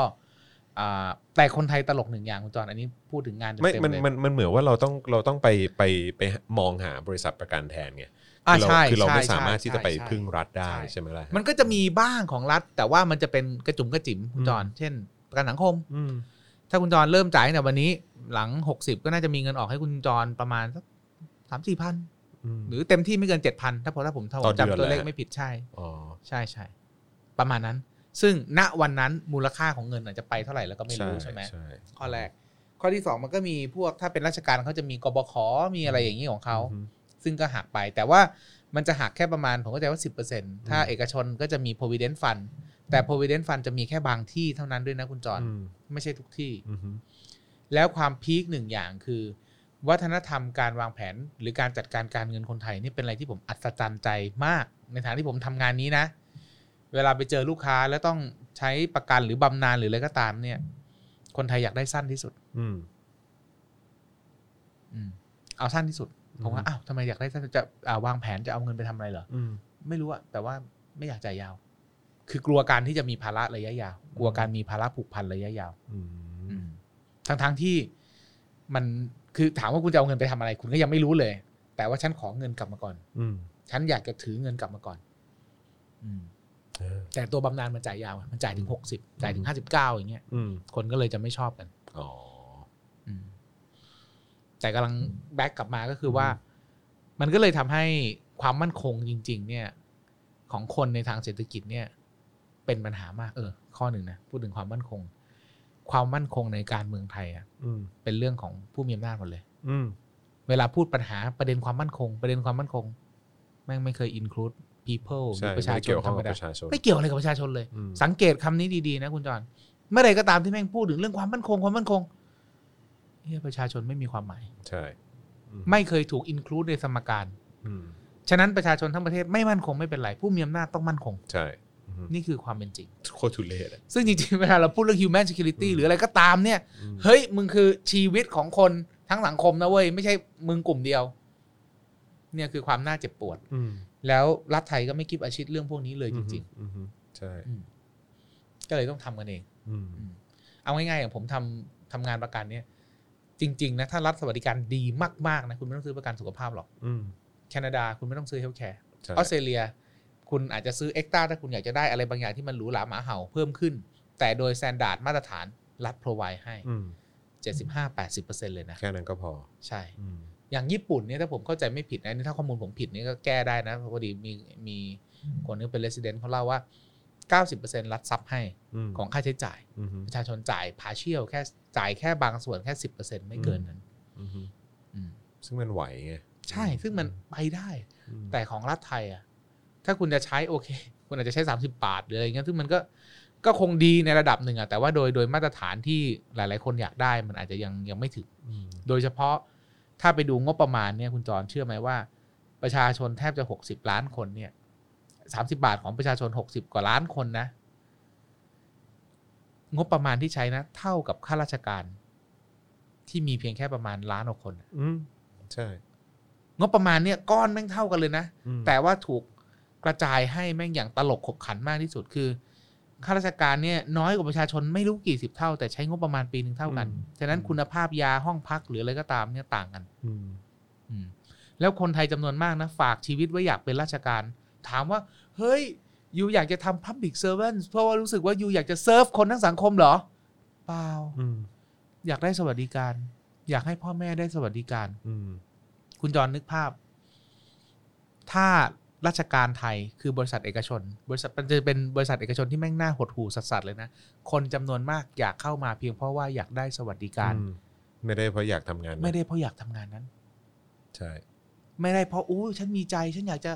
อ่าแต่คนไทยตลกหนึ่งอย่างคุณจอนอันนี้พูดถึงงาน ไม่ เต็มๆ มัน เลย มัน มัน เหมือนว่าเราต้อง เราต้องไป ไป ไปมองหาบริษัทประกันแทนไง อ่า คืเรา ใช่ คือเราไม่ ใช่ สามารถที่จะไป ใช่ใช่ พึ่งรัฐได้ ใช่ ใช่ไหมล่ะ มันก็จะมีบ้างของรัฐ แต่ว่ามันจะเป็นกระจุมกระจิ๋มคุณจอนเช่น ประกันสังคม อืม ถ้าคุณจอนเริ่มจ่ายตั้งแต่วันนี้หลัง 60 ก็น่าจะมีเงินออกให้คุณจอนประมาณสักสามสี่พัน ม หรือเต็มที่ไม่เกินเจ็ดพันถ้าผมถ้าผม ต่อเดือน จำตัวเลข แหละ ไม่ผิดใช่ อ๋อ ใช่ใช่ประมาณนั้น ซึ่งณวันนั้นมูลค่าของเงินอาจจะไปเท่าไหร่แล้วก็ไม่รู้ใช่ไหม ใช่ ข้อแรก ข้อที่สองมันก็มีพวกถ้าเป็นราชการเขาจะมีกบขมีอะไรอย่างนี้ของเขา อืม ซึ่งก็หักไปแต่ว่ามันจะหักแค่ประมาณ ผมก็ใจว่า 10%ถ้า อืม เอกชนก็จะมี provident fund แต่ provident fund จะมีแค่บางที่เท่านั้นด้วยนะคุณจอน อืม ไม่ใช่ทุกที่ อืม แล้วความพีคหนึ่งอย่างคือ วัฒนธรรมการวางแผนหรือการจัดการการเงินคนไทยนี่เป็นอะไรที่ผมอัศจรรย์ใจมาก ในฐานะที่ผมทำงานนี้นะ เวลาไปเจอลูกค้าแล้วต้องใช้ประกันหรือบำนาญหรืออะไรก็ตามเนี่ย คนไทยอยากได้สั้นที่สุด อืม อืมเอาสั้นที่สุด ผมว่า อืม อ้าวทำไมอยากได้สั้นจะอ่าวางแผนจะเอาเงินไปทำอะไรเหรอ อืม ไม่รู้อะแต่ว่าไม่อยากจ่ายยาว คือกลัวการที่จะมีภาระระยะยาว กลัวการมีภาระผูกพันระยะยาว อืม ทั้งทั้งๆที่มันคือถามว่าคุณจะเอาเงินไปทำอะไร คุณก็ยังไม่รู้เลย แต่ว่าฉันขอเงินกลับมาก่อน อืม ฉันอยากจะถือเงินกลับมาก่อน อืม เออ แต่ตัวบำนาญมันจ่ายยาวไงมันจ่ายถึงหกสิบจ่ายถึงห้าสิบเก้าอย่างเงี้ย อืม คนก็เลยจะไม่ชอบกัน อ๋อ อืมแต่กำลังแบ็กกลับมาก็คือว่า มันก็เลยทำให้ความมั่นคงจริง ๆ เนี่ย ของคนในทางเศรษฐกิจเนี่ย เป็นปัญหามากเออ ข้อหนึ่งนะพูดถึงความมั่นคง ความมั่นคงในการเมืองไทยอะ อืม เป็นเรื่องของผู้มีอำนาจหมดเลย อืม เวลาพูดปัญหาประเด็นความมั่นคง ประเด็นความมั่นคง แม่งไม่เคย include people หรื ใช่ อประชา ไม่ ช เกี่ น ยว ธ ข้อรง รม กับ ดา ประชาชน ไม่เกี่ยวอะไรกับประชาชนเลย อืม สังเกตคำนี้ดีๆนะคุณจอนเมื่อใดก็ตามที่แม่งพูดถึงเรื่องความมั่นคงความมั่นคงเฮียประชาชนไม่มีความหมาย ใช่อื ไม่เคยถูกอินคลูดในสมการ อืม ฉะนั้นประชาชนทั้งประเทศไม่มั่นคงไม่เป็นไร ผู้มีอำนาจต้องมั่นคง ใช่อืม นี่คือความเป็นจริง โคตรทุเรศอะ ซึ่งจริงๆ เวลาเราพูดเรื่อง human security อืม หรืออะไรก็ตามเนี่ย อืม เฮ้ย มึงคือชีวิตของคนทั้งสังคมนะเว้ย ไม่ใช่มึงกลุ่มเดียว เนี่ยคือความน่าเจ็บปวด อืม แล้วรัฐไทยก็ไม่คิดอาชีพเรื่องพวกนี้เลยจริง อืมอืมใช่ ๆอืมก็เลยต้องทำกันเอง อืม อืม เอาง่ายๆอย่างผมทำทำงานประกันเนี่ย จริง ๆ นะ ถ้ารัฐสวัสดิการดีมากๆนะคุณไม่ต้องซื้อประกันสุขภาพหรอก อืม แคนาดาคุณไม่ต้องซื้อเฮลท์แคร์ ใช่ ออสเตรเลีย คุณอาจจะซื้อเอ็กต้าถ้าคุณอยากจะได้อะไรบางอย่างที่มันหรูหราหมาเห่าเพิ่มขึ้น แต่โดยแซนดาร์ดมาตรฐานรัฐพรอไวให้ อืม 75 80 เลยนะ แค่นั้นก็พอ ใช่ อืม อย่างญี่ปุ่นเนี่ยถ้าผมเข้าใจไม่ผิดนะนี่ถ้าข้อมูลผมผิดนี่ก็แก้ได้นะเพราะพอดีมีมีคนนึงเป็นเลสเดนเขาเล่าว่า 90%รัฐซับให้ ม ของค่าใช้จ่าย อืมฮึ ประชาชนจ่ายพาเชียลแค่จ่ายแค่บางส่วนแค่ 10%ไม่เกินนั้น อืมฮึ อืม ซึ่งมันไหวไง ใช่ซึ่งมันไปได้ อืม แต่ของรัฐไทยอ่ะถ้าคุณจะใช้โอเค คุณอาจจะใช้ 30 บาทหรืออะไรเงี้ยซึ่งมันก็ก็คงดีในระดับหนึ่งอ่ะแต่ว่าโดยโดยมาตรฐานที่หลาย ๆ คนอยากได้มันอาจจะยังยังไม่ถึง อืม โดยเฉพาะถ้าไปดูงบประมาณเนี่ยคุณจรเชื่อไหมว่า ประชาชนแทบจะหกสิบล้านคนเนี่ยสามสิบาทของประชาชนหกสิบกว่าล้านคนนะ งบประมาณที่ใช้นะ เท่ากับข้าราชการ ที่มีเพียงแค่ประมาณล้านกว่าคน อืมใช่ งบประมาณเนี่ยก้อนแม่งเท่ากันเลยนะ อืม แต่ว่าถูกกระจายให้แม่งอย่างตลกขบขันมากที่สุดคือข้าราชการเนี่ยน้อยกว่าประชาชนไม่รู้กี่สิบเท่า แต่ใช้งบประมาณปีหนึ่งเท่ากัน ฉะนั้นคุณภาพยาห้องพักหรืออะไรก็ตามเนี่ยต่างกัน อืม อืมแล้วคนไทยจำนวนมากนะ ฝากชีวิตไว้อยากเป็นราชการ ถามว่า เฮ้ย ยูอยากจะทำ Public Servant เพราะว่ารู้สึกว่ายูอยากจะเซิร์ฟคนทั้งสังคมเหรอ เปล่า อืม อยากได้สวัสดิการ อยากให้พ่อแม่ได้สวัสดิการ อืม คุณจรนึกภาพ ถ้าราชการไทยคือบริษัทเอกชน บริษัทมันจะเป็นบริษัทเอกชนที่แม่งหน้าหดหูสัสๆเลยนะ คนจำนวนมากอยากเข้ามาเพียงเพราะว่าอยากได้สวัสดิการ อืมไม่ได้เพราะอยากทำงานนะ ไม่ได้เพราะอยากทำงานนั้น ใช่ ไม่ได้เพราะอู้ฉันมีใจ ฉันอยากจะ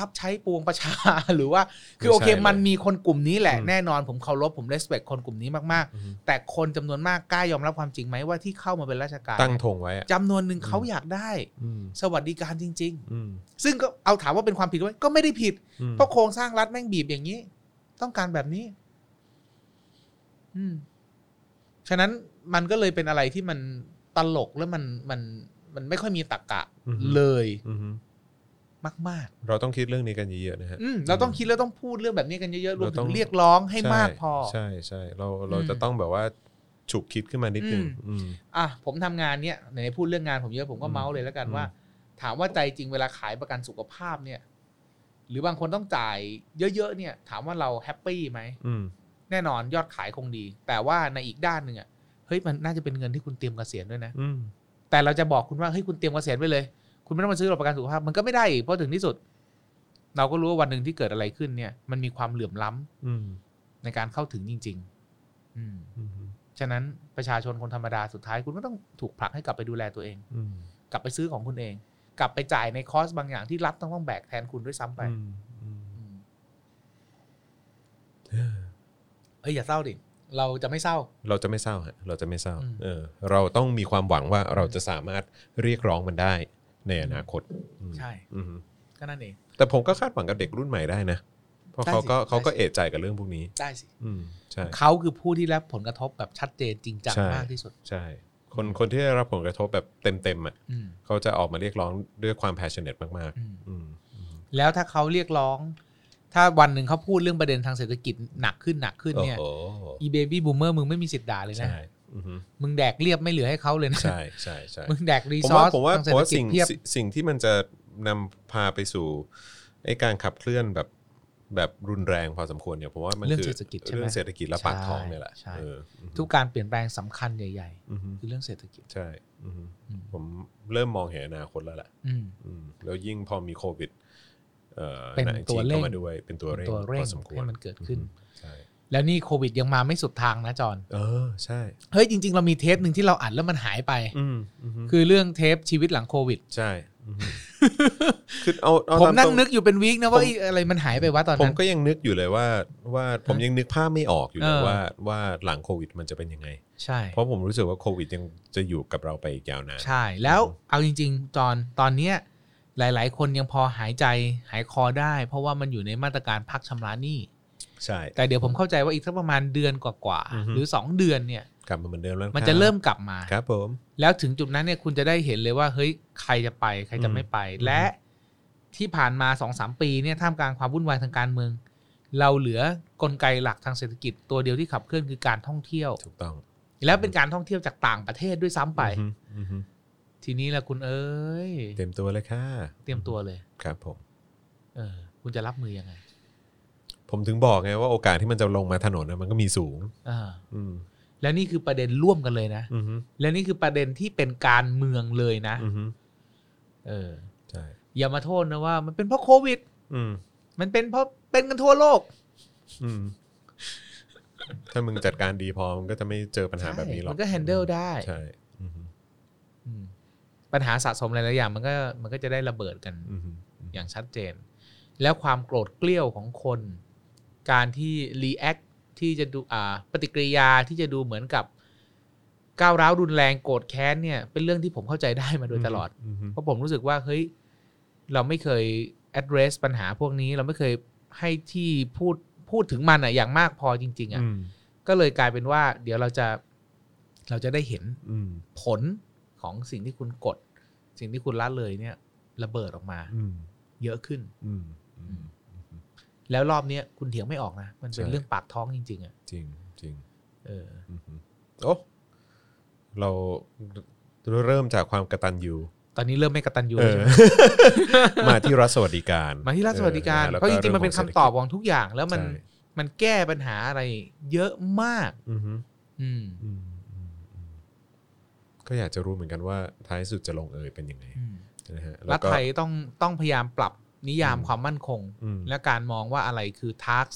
รับใช้ปวงประชา หรือว่า คือโอเค ไใช่ลย มันมีคนกลุ่มนี้แหละ อืม แน่นอนผมเคารพผมเลสเปคคนกลุ่มนี้มาก อืม ๆ แต่คนจำนวนมากกล้ายอมรับความจริงไหมว่าที่เข้ามาเป็นราชการ ตั้งธงไว้อะ จำนวนหนึ่งเขาอยากได้ อืม สวัสดิการจริง อืม ๆ ซึ่งก็เอาถามว่าเป็นความผิดไหมก็ไม่ได้ผิด อืม เพราะโครงสร้างรัฐแม่งบีบอย่างนี้ ต้องการแบบนี้ อืม ฉะนั้นมันก็เลยเป็นอะไรที่มันตลกแล้วมันมันมันไม่ค่อยมีตรกกะเลย อืมฮึ มาก เราต้องคิดเรื่องนี้กันเยอะๆนะฮะ ๆอืมเราต้องคิดแล้วต้องพูดเรื่องแบบนี้กันเยอะๆ รวม เราต้ ถึ อง งเรียกร้องให้มากพอ ใช่ใช่เราเรา อืม จะต้องแบบว่าฉุกคิดขึ้นมานิดนึง อืม อืม อ่ะผมทำงานเนี้ยไหนๆพูดเรื่องงานผมเยอะผมก็ อืม เมาส์เลยแล้วกัน อืม ว่า ถามว่าใจจริงเวลาขายประกันสุขภาพเนี่ย หรือบางคนต้องจ่ายเยอะๆเนี่ย ถามว่าเราแฮปปี้ไหม อืม แน่นอนยอดขายคงดี แต่ว่าในอีกด้านหนึ่งอ่ะเฮ้ยมันน่าจะเป็นเงินที่คุณเตรียมเกษียณด้วยนะ อืม แต่เราจะบอกคุณว่าเฮ้ยคุณเตรียมเกษียณไปเลย คุณไม่ต้องมาซื้อหรอกประกันสุขภาพมันก็ไม่ได้อีกเพราะถึงที่สุด เราก็รู้ว่าวันหนึ่งที่เกิดอะไรขึ้นเนี่ย มันมีความเหลื่อมล้ำ อืม ในการเข้าถึงจริง ๆ อืม อืม ฉะนั้นประชาชนคนธรรมดาสุดท้ายคุณก็ต้องถูกผลักให้กลับไปดูแลตัวเอง อืม กลับไปซื้อของคุณเอง กลับไปจ่ายในคอสบางอย่างที่รัฐต้องต้องแบกแทนคุณด้วยซ้ำไป อืมอืม อืมเฮ้ยอย่าเศร้าดิ เราจะไม่เศร้า เราจะไม่เศร้าฮะเราจะไม่เศร้า อืม เออ เราต้องมีความหวังว่าเราจะสามารถเรียกร้องมันได้ในอนาคตอืม ใช่ อืม ก็นั่นเอง แต่ผมก็คาดหวังกับเด็กรุ่นใหม่ได้นะเพราะ ได้สิ เขาก็ ได้สิ เขาก็เอะใจกับเรื่องพวกนี้ ได้สิ อืมใช่ เขาคือผู้ที่รับผลกระทบแบบชัดเจนจริงจัง ใช่ มากที่สุด ใช่ คนคนที่ได้รับผลกระทบแบบเต็มๆอ่ะ อืม เขาจะออกมาเรียกร้องด้วยความ passionate มาก อืม ๆ อืมอืม แล้วถ้าเขาเรียกร้อง ถ้าวันหนึ่งเขาพูดเรื่องประเด็นทางเศรษฐกิจหนักขึ้นหนักขึ้น โอ้ เนี่ย โห อีเบบี้บูมเมอร์มึงไม่มีสิทธิ์ด่าเลยนะ ใช่อือฮึ มึงแดกเรียบไม่เหลือให้เขาเลยนะ ใช่ใช่ใช่ มึงแดกรี ผม ซอ ว่า ส ผมว่า ทาง ผ เศรษ ม ฐ ว่า กิจ สิ่ง เพียบ สิสิ่งที่มันจะนำพาไปสู่ไอ้การขับเคลื่อนแบบแบบรุนแรงพอสมควรเนี่ยผมว่ามัน เรื่อง คื เศรษฐกิจใช่ไหม เรื่องเศรษฐกิจและปากท้องเนี่ยแหละ ใช่ เอออือฮึ ทุกการเปลี่ยนแปลงสำคัญใหญ่ อือฮึ ๆ คือเรื่องเศรษฐกิจ ใช่อือฮึ อืม ผมเริ่มมองเห็นอนาคตแล้วล่ะ อืม อืมแล้วยิ่งพอมีโควิดเอ่อ เป็นตัวเร่ง ข้ามาด้วยเป็นตัวเร่ง ตัวเร่ พ ง อสมคว ให้ ร มันเกิดขึ้น อือฮึใช่ แล้วนี่โควิดยังมาไม่สุดทางนะจอน เออใช่ เฮ้ยจริง ๆ เรามีเทปหนึ่งที่เราอัดแล้วมันหายไป อืมอือฮึ คือเรื่องเทปชีวิตหลังโควิด ใช่อื อฮึคือเอาเอา ผม ตา นั่ ต ง ร นึกอยู่เป็นวีคนะว่าไอ้อะไรมันหายไปวะตอน ผม นั้น ก็ยังนึกอยู่เลยว่าว่าผมยังนึกภาพไม่ออกอยู่เลย เออ ว่าว่าหลังโควิดมันจะเป็นยังไง ใช่ เพราะผมรู้สึกว่าโควิดยังจะอยู่กับเราไปอีกยาวนาน ใช่ แล้วเอาจริง ๆ จอนตอนเนี้ยหลาย ๆ คนยังพอหายใจหายคอได้ เพราะว่ามันอยู่ในมาตรการพักชำระหนี้ ใช่ แต่เดี๋ยวผมเข้าใจว่าอีกสักประมาณเดือนกว่า อือฮึ ๆหรือ 2 เดือนเนี่ย กลับมาเหมือนเดิมแล้ว มัน คบ จะเริ่มกลับมา ครับผม แล้วถึงจุดนั้นเนี่ยคุณจะได้เห็นเลยว่า เฮ้ยใครจะไป ใครจะไม่ไป อืม และที่ผ่านมาสองสามปีเนี่ยท่ามกลางความวุ่นวายทางการเมือง เราเหลือกลไกหลักทางเศรษฐกิจตัวเดียวที่ขับเคลื่อนคือการท่องเที่ยว ถูกต้อง แล้วเป็นการท่องเที่ยวจากต่างประเทศด้วยซ้ำไป อือฮึอือฮึ ทีนี้ละคุณเอ้ย เต็มตัวเลยค่ะ เตรียมตัวเลย ครับผม เออ คุณจะรับมือยังไง ผมถึงบอกไงว่าโอกาสที่มันจะลงมาถนนน่ะมันก็มีสูง อ่า อืม แล้วนี่คือประเด็นร่วมกันเลยนะ อือฮึ และนี่คือประเด็นที่เป็นการเมืองเลยนะ อือฮึ เออ ใช่ อย่ามาโทษนะว่า มันเป็นเพราะโควิด อืม มันเป็นเพราะเป็นกันทั่วโลก อืมถ้ามึงจัดการดีพอมันก็จะไม่เจอปัญหาแบบนี้หรอก มันก็ handle ได้ ใช่อือฮึ อืมปัญหาสะสมหลายๆอย่าง มันก็มันก็จะได้ระเบิดกัน อือฮึ อย่างชัดเจน แล้วความโกรธเกลี้ยวของคน การที่ react ที่จะดูอ่าปฏิกิริยาที่จะดูเหมือนกับก้าวร้าวรุนแรงโกรธแค้นเนี่ย เป็นเรื่องที่ผมเข้าใจได้มาโดยตลอด ฮึ เพราะผมรู้สึกว่าเฮ้ยเราไม่เคย address ปัญหาพวกนี้ เราไม่เคยให้ที่พูดพูดถึงมันอะอย่างมากพอจริง ๆอะ อืม ก็เลยกลายเป็นว่า เดี๋ยวเราจะเราจะได้เห็น อืม ผลของสิ่งที่คุณกด สิ่งที่คุณละเลยเนี่ยระเบิดออกมา อืม เยอะขึ้น อืมอืม แล้วรอบเนี้ยคุณเถียงไม่ออกนะ มันเป็น ใช่ เรื่องปากท้องจริง ๆ อ่ะ จริงจริง เออ อือหือโอ้เราเริ่มจากความกระตันยู ตอนนี้เริ่มไม่กระตันยู เอ แล้ว อ ใช่ไหม มาที่รัฐสวัสดิการ มาที่รัฐสวัสดิการ ออแล้ว เพราะจริงๆ มันเป็นคำตอบ ข ข ง องทุกอย่าง แล้วมัน ใช่ มันแก้ปัญหาอะไร เยอะมาก อือหือ อืม อืมอืมอืมก็อยากจะรู้เหมือนกันว่าท้ายสุดจะลงเอยเป็นยังไง อืม นะฮะ รั แล้ ฐ วก็ ไทยต้องต้องพยายามปรับนิยาม อืม ความมั่นคง อืม และการมองว่าอะไรคือ task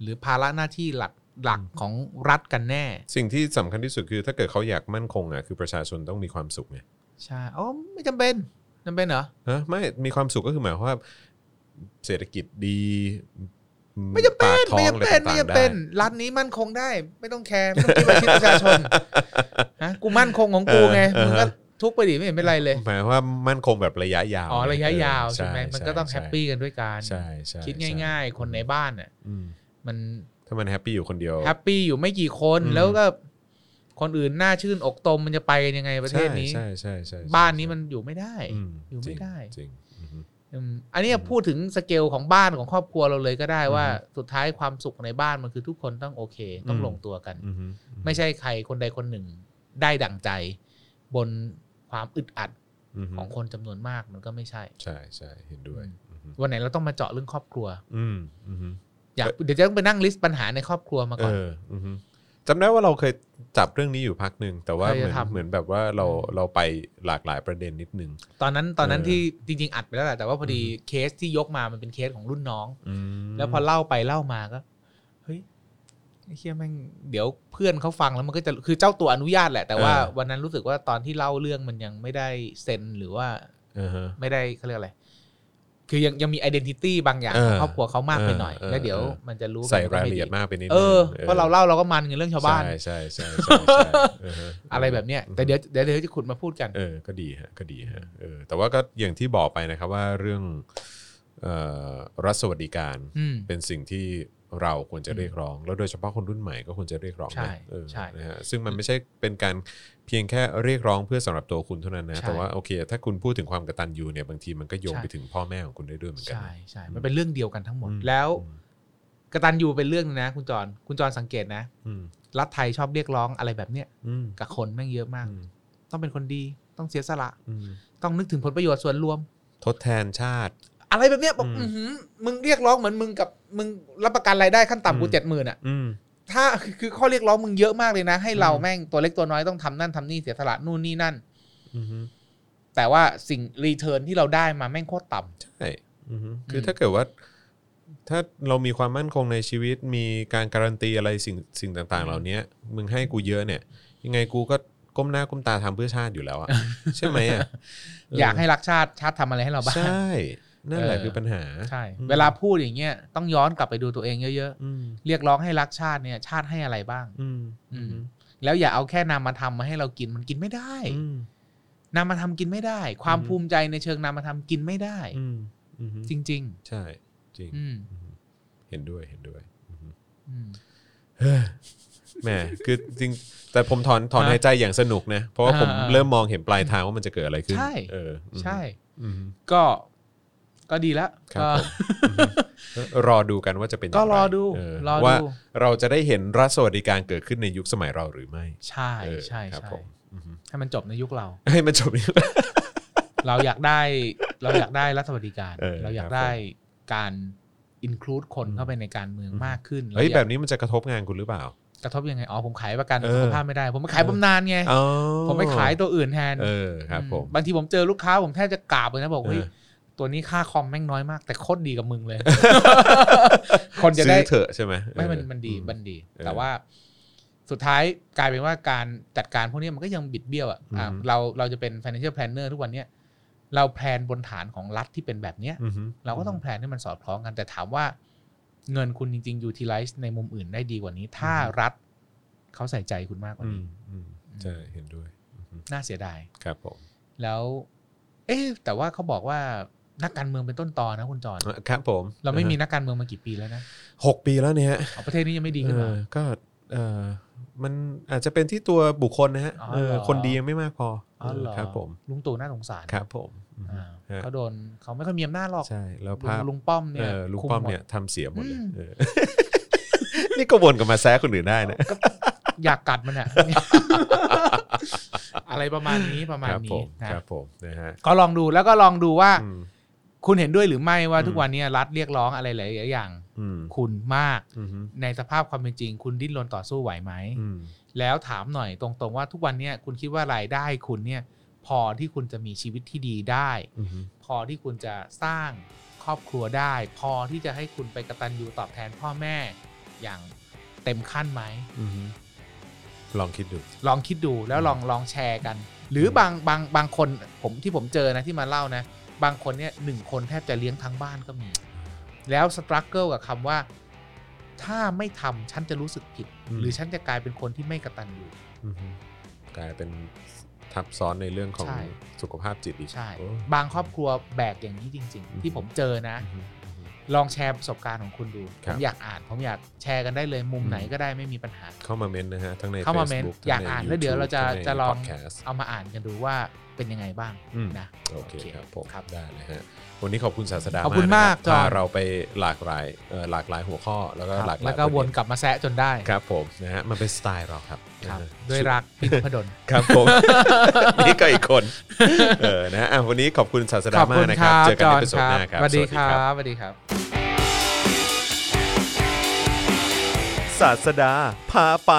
หรือภาระหน้าที่หลักหลัก อืม ของรัฐกันแน่ สิ่งที่สำคัญที่สุดคือ ถ้าเกิดเขาอยากมั่นคงอ่ะคือประชาชนต้องมีความสุขไง ใช่อ๋อไม่จำเป็นจำเป็นเหรอ ฮะไม่มีความสุขก็คือหมายความว่าเศรษฐกิจดี ไม่จำเป็น ปากท้อ ไม่ ง จำ อะไร เป็นไม่ ต่างๆได้จำเป็นรัฐนี้มั่นคงได้ ไม่ต้องแคร์ไม่ต้องคิดว่าชีวิตประชาช นฮะกูมั่นคงของกูไง เออเออ มึงก็ทุกข์ไปดิไม่เห็นเป็นไรเลย หมายความว่ามั่นคงแบบระยะยาว อ๋อระยะยาว เออ ใช่ไหมมันก็ต้องแฮ ใช่ ปปี้กันด้วยกัน ใช่ใช่ คิดง่าย ๆ คนในบ้านน่ะ อืม มัน ถ้ามันแฮปปี้อยู่คนเดียว แฮปปี้อยู่ไม่กี่คน อืม แล้วก็ คนอื่นหน้าชื่นอกตมมันจะไปกันยังไงประเทศนี้ ใช่ใช่ใช่ใช่ บ้านนี้มันอยู่ไม่ได้ ม อยู่ไม่ได้ จริงจริงอือฮึ อืมอันนี้ อืม พูดถึงสเกลของบ้านของครอบครัวเราเลยก็ได้ว่า อืม สุดท้ายความสุขในบ้านมันคือทุกคนต้องโอเค ต้อง อืม ลงตัวกัน อือฮึ ไม่ใช่ใครคนใดคนหนึ่งได้ดั่งใจ บนความอึดอัด อือฮึ ของคนจำนวนมากมันก็ไม่ใช่ ใช่ใช่เห็นด้วย วันไหนเราต้องมาเจาะเรื่องครอบครัว อืมอือฮึ อยากเดี๋ยวจะต้องไปนั่งลิสต์ปัญหาในครอบครัวมา เอ ก่อน ออือฮึจำได้ว่าเราเคยจับเรื่องนี้อยู่พักหนึ่งแต่ว่า ใคร เห จะ มือน ทำ เหมือนแบบว่าเราเราไปหลากหลายประเด็นนิดนึง ตอนนั้นตอนนั้น เออ ที่จริง ๆ อัดไปแล้วแหละแต่ว่าพอดีเคสที่ยกมามันเป็นเคสของรุ่นน้อง แล้วพอเล่าไปเล่ามาก็เฮ้ยไอ้เคียแม่งเดี๋ยวเพื่อนเขาฟังแล้วมันก็จะคือเจ้าตัวอนุญาตแหละแต่ว่า เออ วันนั้นรู้สึกว่าตอนที่เล่าเรื่องมันยังไม่ได้เซ็นหรือว่า อ่าฮะ ไม่ได้เขาเรียกอะไร คือยังยังมี identity บางอย่างของ เออ ครอบครัวเขามากไปหน่อย เออเออ แล้วเดี๋ยว เออ มันจะรู้ ใส่ มันก็ ราย ไม่ ละเอียดมากไปนิดนึง เออเพราะเราเล่าเราก็มันกันเรื่องชาวบ้าน ใช่ใช่ใช่ใช่ใช่เออฮะ อะไรแบบเนี้ย แต่เดี๋ยวเดี๋ยวเดี๋ยวจะขุดมาพูดกัน เออ ก็ดีฮะ ก็ดีฮะ เออ แต่ว่าก็อย่างที่บอกไปนะครับว่าเรื่องเอ่อรัฐสวัสดิการ อืม เป็นสิ่งที่เราควรจะเรียกร้อง แล้วโดยเฉพาะคนรุ่นใหม่ก็ควรจะเรียกร้องนะ ใช่ เออ ใช่ นะฮะ ซึ่งมันไม่ใช่เป็นการเพียงแค่เรียกร้องเพื่อสำหรับตัวคุณเท่านั้นนะ ใช่ แต่ว่าโอเค ถ้าคุณพูดถึงความกตัญญูเนี่ยบางทีมันก็โยงไปถึงพ่อแม่ของคุณได้ด้วยเหมือนกัน ใช่ นะ ใช่ อืม มันเป็นเรื่องเดียวกันทั้งหมด อืม แล้วกตันยูเป็นเรื่องหนึงนะ คุณจรคุณจรสังเกตนะ อืม รัฐไทยชอบเรียกร้องอะไรแบบเนี้ย อืม กับคนแม่งเยอะมาก อืม ต้องเป็นคนดีต้องเสียสละ อืม ต้องนึกถึงผลประโยชน์ส่วนรวม ทดแทนชาติ อะไรแบบเนี้ยบอก อืม อื้อหือมึงเรียกร้องเหมือนมึงกับมึงรับประกันรายได้ขั้นต่ำกู อืม เจ็ดหมื่นอ่ะ อืม ถ้าคือคือข้อเรียกร้องมึงเยอะมากเลยนะ ให้เรา อืม แม่งตัวเล็กตัวน้อยต้องทำนั่นทำนี่เสียสละนู่นนี่นั่น อือฮึ แต่ว่าสิ่งรีเทิร์นที่เราได้มาแม่งโคตรต่ำ ใช่อือฮึคืออ ม ถ้าเกิดว่า ถ้าเรามีความมั่นคงในชีวิต มีการการันตีอะไรสิ่งสิ่งต่าง อื ๆ ม เหล่านี้มึงให้กูเยอะเนี่ย ยังไงกูก็ก้มหน้าก้มตาทำเพื่อชาติอยู่แล้วอะ ใช่ไหมอะเ อยากให้รักชาติชาติทำอะไรให้เราบ้าง ใช่ นั่นแหละ เออ คือปัญหา ใช่ อืม เวลาพูดอย่างเงี้ยต้องย้อนกลับไปดูตัวเองเยอะ อืม ๆ เรียกร้องให้รักชาติเนี่ย ชาติให้อะไรบ้าง อืม อื อื ม ม แล้วอย่าเอาแค่นามธรรมมาให้เรากินมันกินไม่ได้ อืม นามธรรมกินไม่ได้ ความ อืม ภูมิใจในเชิงนามธรรมกินไม่ได้ อืมอืม จริง ใช่จริง ๆ อืม อืมเห็นด้วยเห็นด้วยอือฮึ อืม แหมคือจริงแต่ผมถอนถอน ฮะ หายใจอย่างสนุกนะ เพราะว่าผม อ่า เริ่มมองเห็นปลายทางว่ามันจะเกิดอะไรขึ้น ใช่ เอออืม ใช่ อืม ก็ ก็ดีละ ครับ ก็ ผม รอดูกันว่าจะเป็นย่าง ก็รอ ไ ดู เออ รอดู ว่าเราจะได้เห็นรัฐสวัสดิการเกิดขึ้นในยุคสมัยเราหรือไม่ ใช่ เออ ใช่ ครับ ใช่ ผม อือฮึ ให้มันจบในยุคเรา ให้มันจบนี่ เราอยากได้เราอยากได้รัฐสวัสดิการ เออ เราอยาก ครับ ได้การอินคลูดคน อืม เข้าไปในการเมือง อืม มากขึ้น เฮ้ย ราอาก แบบนี้มันจะกระทบงานคุณหรือเปล่า กระทบยังไงอ๋อผมขายประกัน เออ สุขภาพไม่ได้ ผมไม่ขายบำนาญไง อ๋อ ผมไม่ขายตัวอื่นแทน เออครับผม บางทีผมเจอลูกค้าผมแทบจะกราบเลยนะบอกเฮ้ย เออ ตัวนี้ค่าคอมแม่งน้อยมาก แต่โคตรดีกับมึง เลย คนจะได้ ซื้อเถอะใช่ไหม ไม่มัน เออ มันดี อื มันดี เออ แต่ว่าสุดท้ายกลายเป็นว่าการจัดการพวกนี้มันก็ยังบิดเบี้ยวอ่ะอ่ะ อืม เราเราจะเป็น financial planner ทุกวันเนี้ยเราแพลนบนฐานของรัฐที่เป็นแบบเนี้ย อือฮึ เราก็ต้องแพลนให้มันสอดคล้องกัน แต่ถามว่าเงินคุณจริง ๆ utilize ในมุมอื่นได้ดีกว่านี้ ถ้ารัฐเขาใส่ใจคุณมากกว่า อืม นี้ อืมใช่เห็นด้วยอือฮึ น่าเสียดาย ครับผม แล้ว เอ๊ะแต่ว่าเขาบอกว่านักการเมืองเป็นต้นตอนะคุณจอน อ่ะครับผม เราไม่มีนักการเมืองมากี่ปีแล้วนะ หกปีแล้วเนี่ยฮะ เอาประเทศนี้ยังไม่ดีขึ้นเอมาอก็เออมันอาจจะเป็นที่ตัวบุคคลนะฮะ อ๋อ เออ เหรอ คนดียังไม่มากพอ อ๋อเหรอ เออครับผม ลุงตู่น่าสงสาร ครับผมอืม อ่า ฮะ เขาโดนเขาไม่ค่อยมีอำนาจหรอก ใช่แล้ว ลุ ภาง พ ลุงป้อมเนี่ เอย อลุง คุ ป้อม หด เนี่ยทำเสียหมดเลย อืม เออ นี่ก็วนกลับมาแซะคนอื่นได้นะ ก็อยากกัดมันอะ อะไรประมาณนี้ประมาณ ครับผ นี้ ม นะครับ ผมนะฮะ ก็ลองดูแล้วก็ลองดูว่า อืม คุณเห็นด้วยหรือไม่ว่า อืม ทุกวันเนี้รัฐเรียกร้องอะไรหลายๆอย่าง อืม คุณมาก อืม ในสภาพความเป็นจริง คุณดิ้นรนต่อสู้ไหวไหม อืม แล้วถามหน่อยตรงๆว่าทุกวันเนี้คุณคิดว่ารายได้คุณเนี่ย พอที่คุณจะมีชีวิตที่ดีได้ อืม พอที่คุณจะสร้างครอบครัวได้ พอที่จะให้คุณไปกระตันยูตอบแทนพ่อแม่อย่างเต็มขั้นไหม อืมลองคิดดู ลองคิดดูแล้วลองลองแชร์กัน หรือ ม บางบางบางคนผมที่ผมเจอนะที่มาเล่านะ บางคนเนี่ยหนึ่งคนแทบจะเลี้ยงทั้งบ้านก็มี แล้วสตรัคเกิลกับคำว่า ถ้าไม่ทำฉันจะรู้สึกผิด หรือฉันจะกลายเป็นคนที่ไม่กระตันยู อืมกลายเป็นทับซ้อนในเรื่องของ ใช่ สุขภาพจิตอีก ใช่ โอ้ บางครอบครัวแบกอย่างนี้จริง อืม ๆ ที่ผมเจอนะ อืมอืม ลองแชร์ประสบการณ์ของคุณดู ค ผ รับ มอยากอ่านผมอยากแชร์กันได้เลยมุม อืม ไหนก็ได้ไม่มีปัญหา เข้ามาเม้นต์นะฮะ ทั้งใน เข้ามาเมน Facebook อยาก ทั้งใ อ่านแล้วเดี๋ยวเราจะ YouTube ทั้งใน จะลอง podcast เอามาอ่านกันดูว่าเป็นยังไงบ้าง อืม นะ โอเค โอเค ครับผม ครับ ได้เลยฮะ วันนี้ขอบคุณศาสดา ขอบคุณ นะรั มากจอห์น พาเราไปหลากหลายเอ่อหลากหลายหัวข้อแล้วก็ ครับ หลากหลาย แล้วก็วน ประเด็ กลับมาแซะจนได้ นครับผมนะฮะ มันเป็นสไตล์เราครับ ครับ เออ ด้วยรักพี่นพดล ครับผม นี่ก็อีกคนเออนะฮะอ่ะวันนี้ขอบคุณศาสดา ขอบ มา คุ ก ณ นะ ค ครั รั บบ เจอกัน จ ใน อห์น เอพิโซ ค ด รั ห บ น้าครับ สวัสดี ส ค วัสดีรับสวัสดีครับ ศาสดาพาไป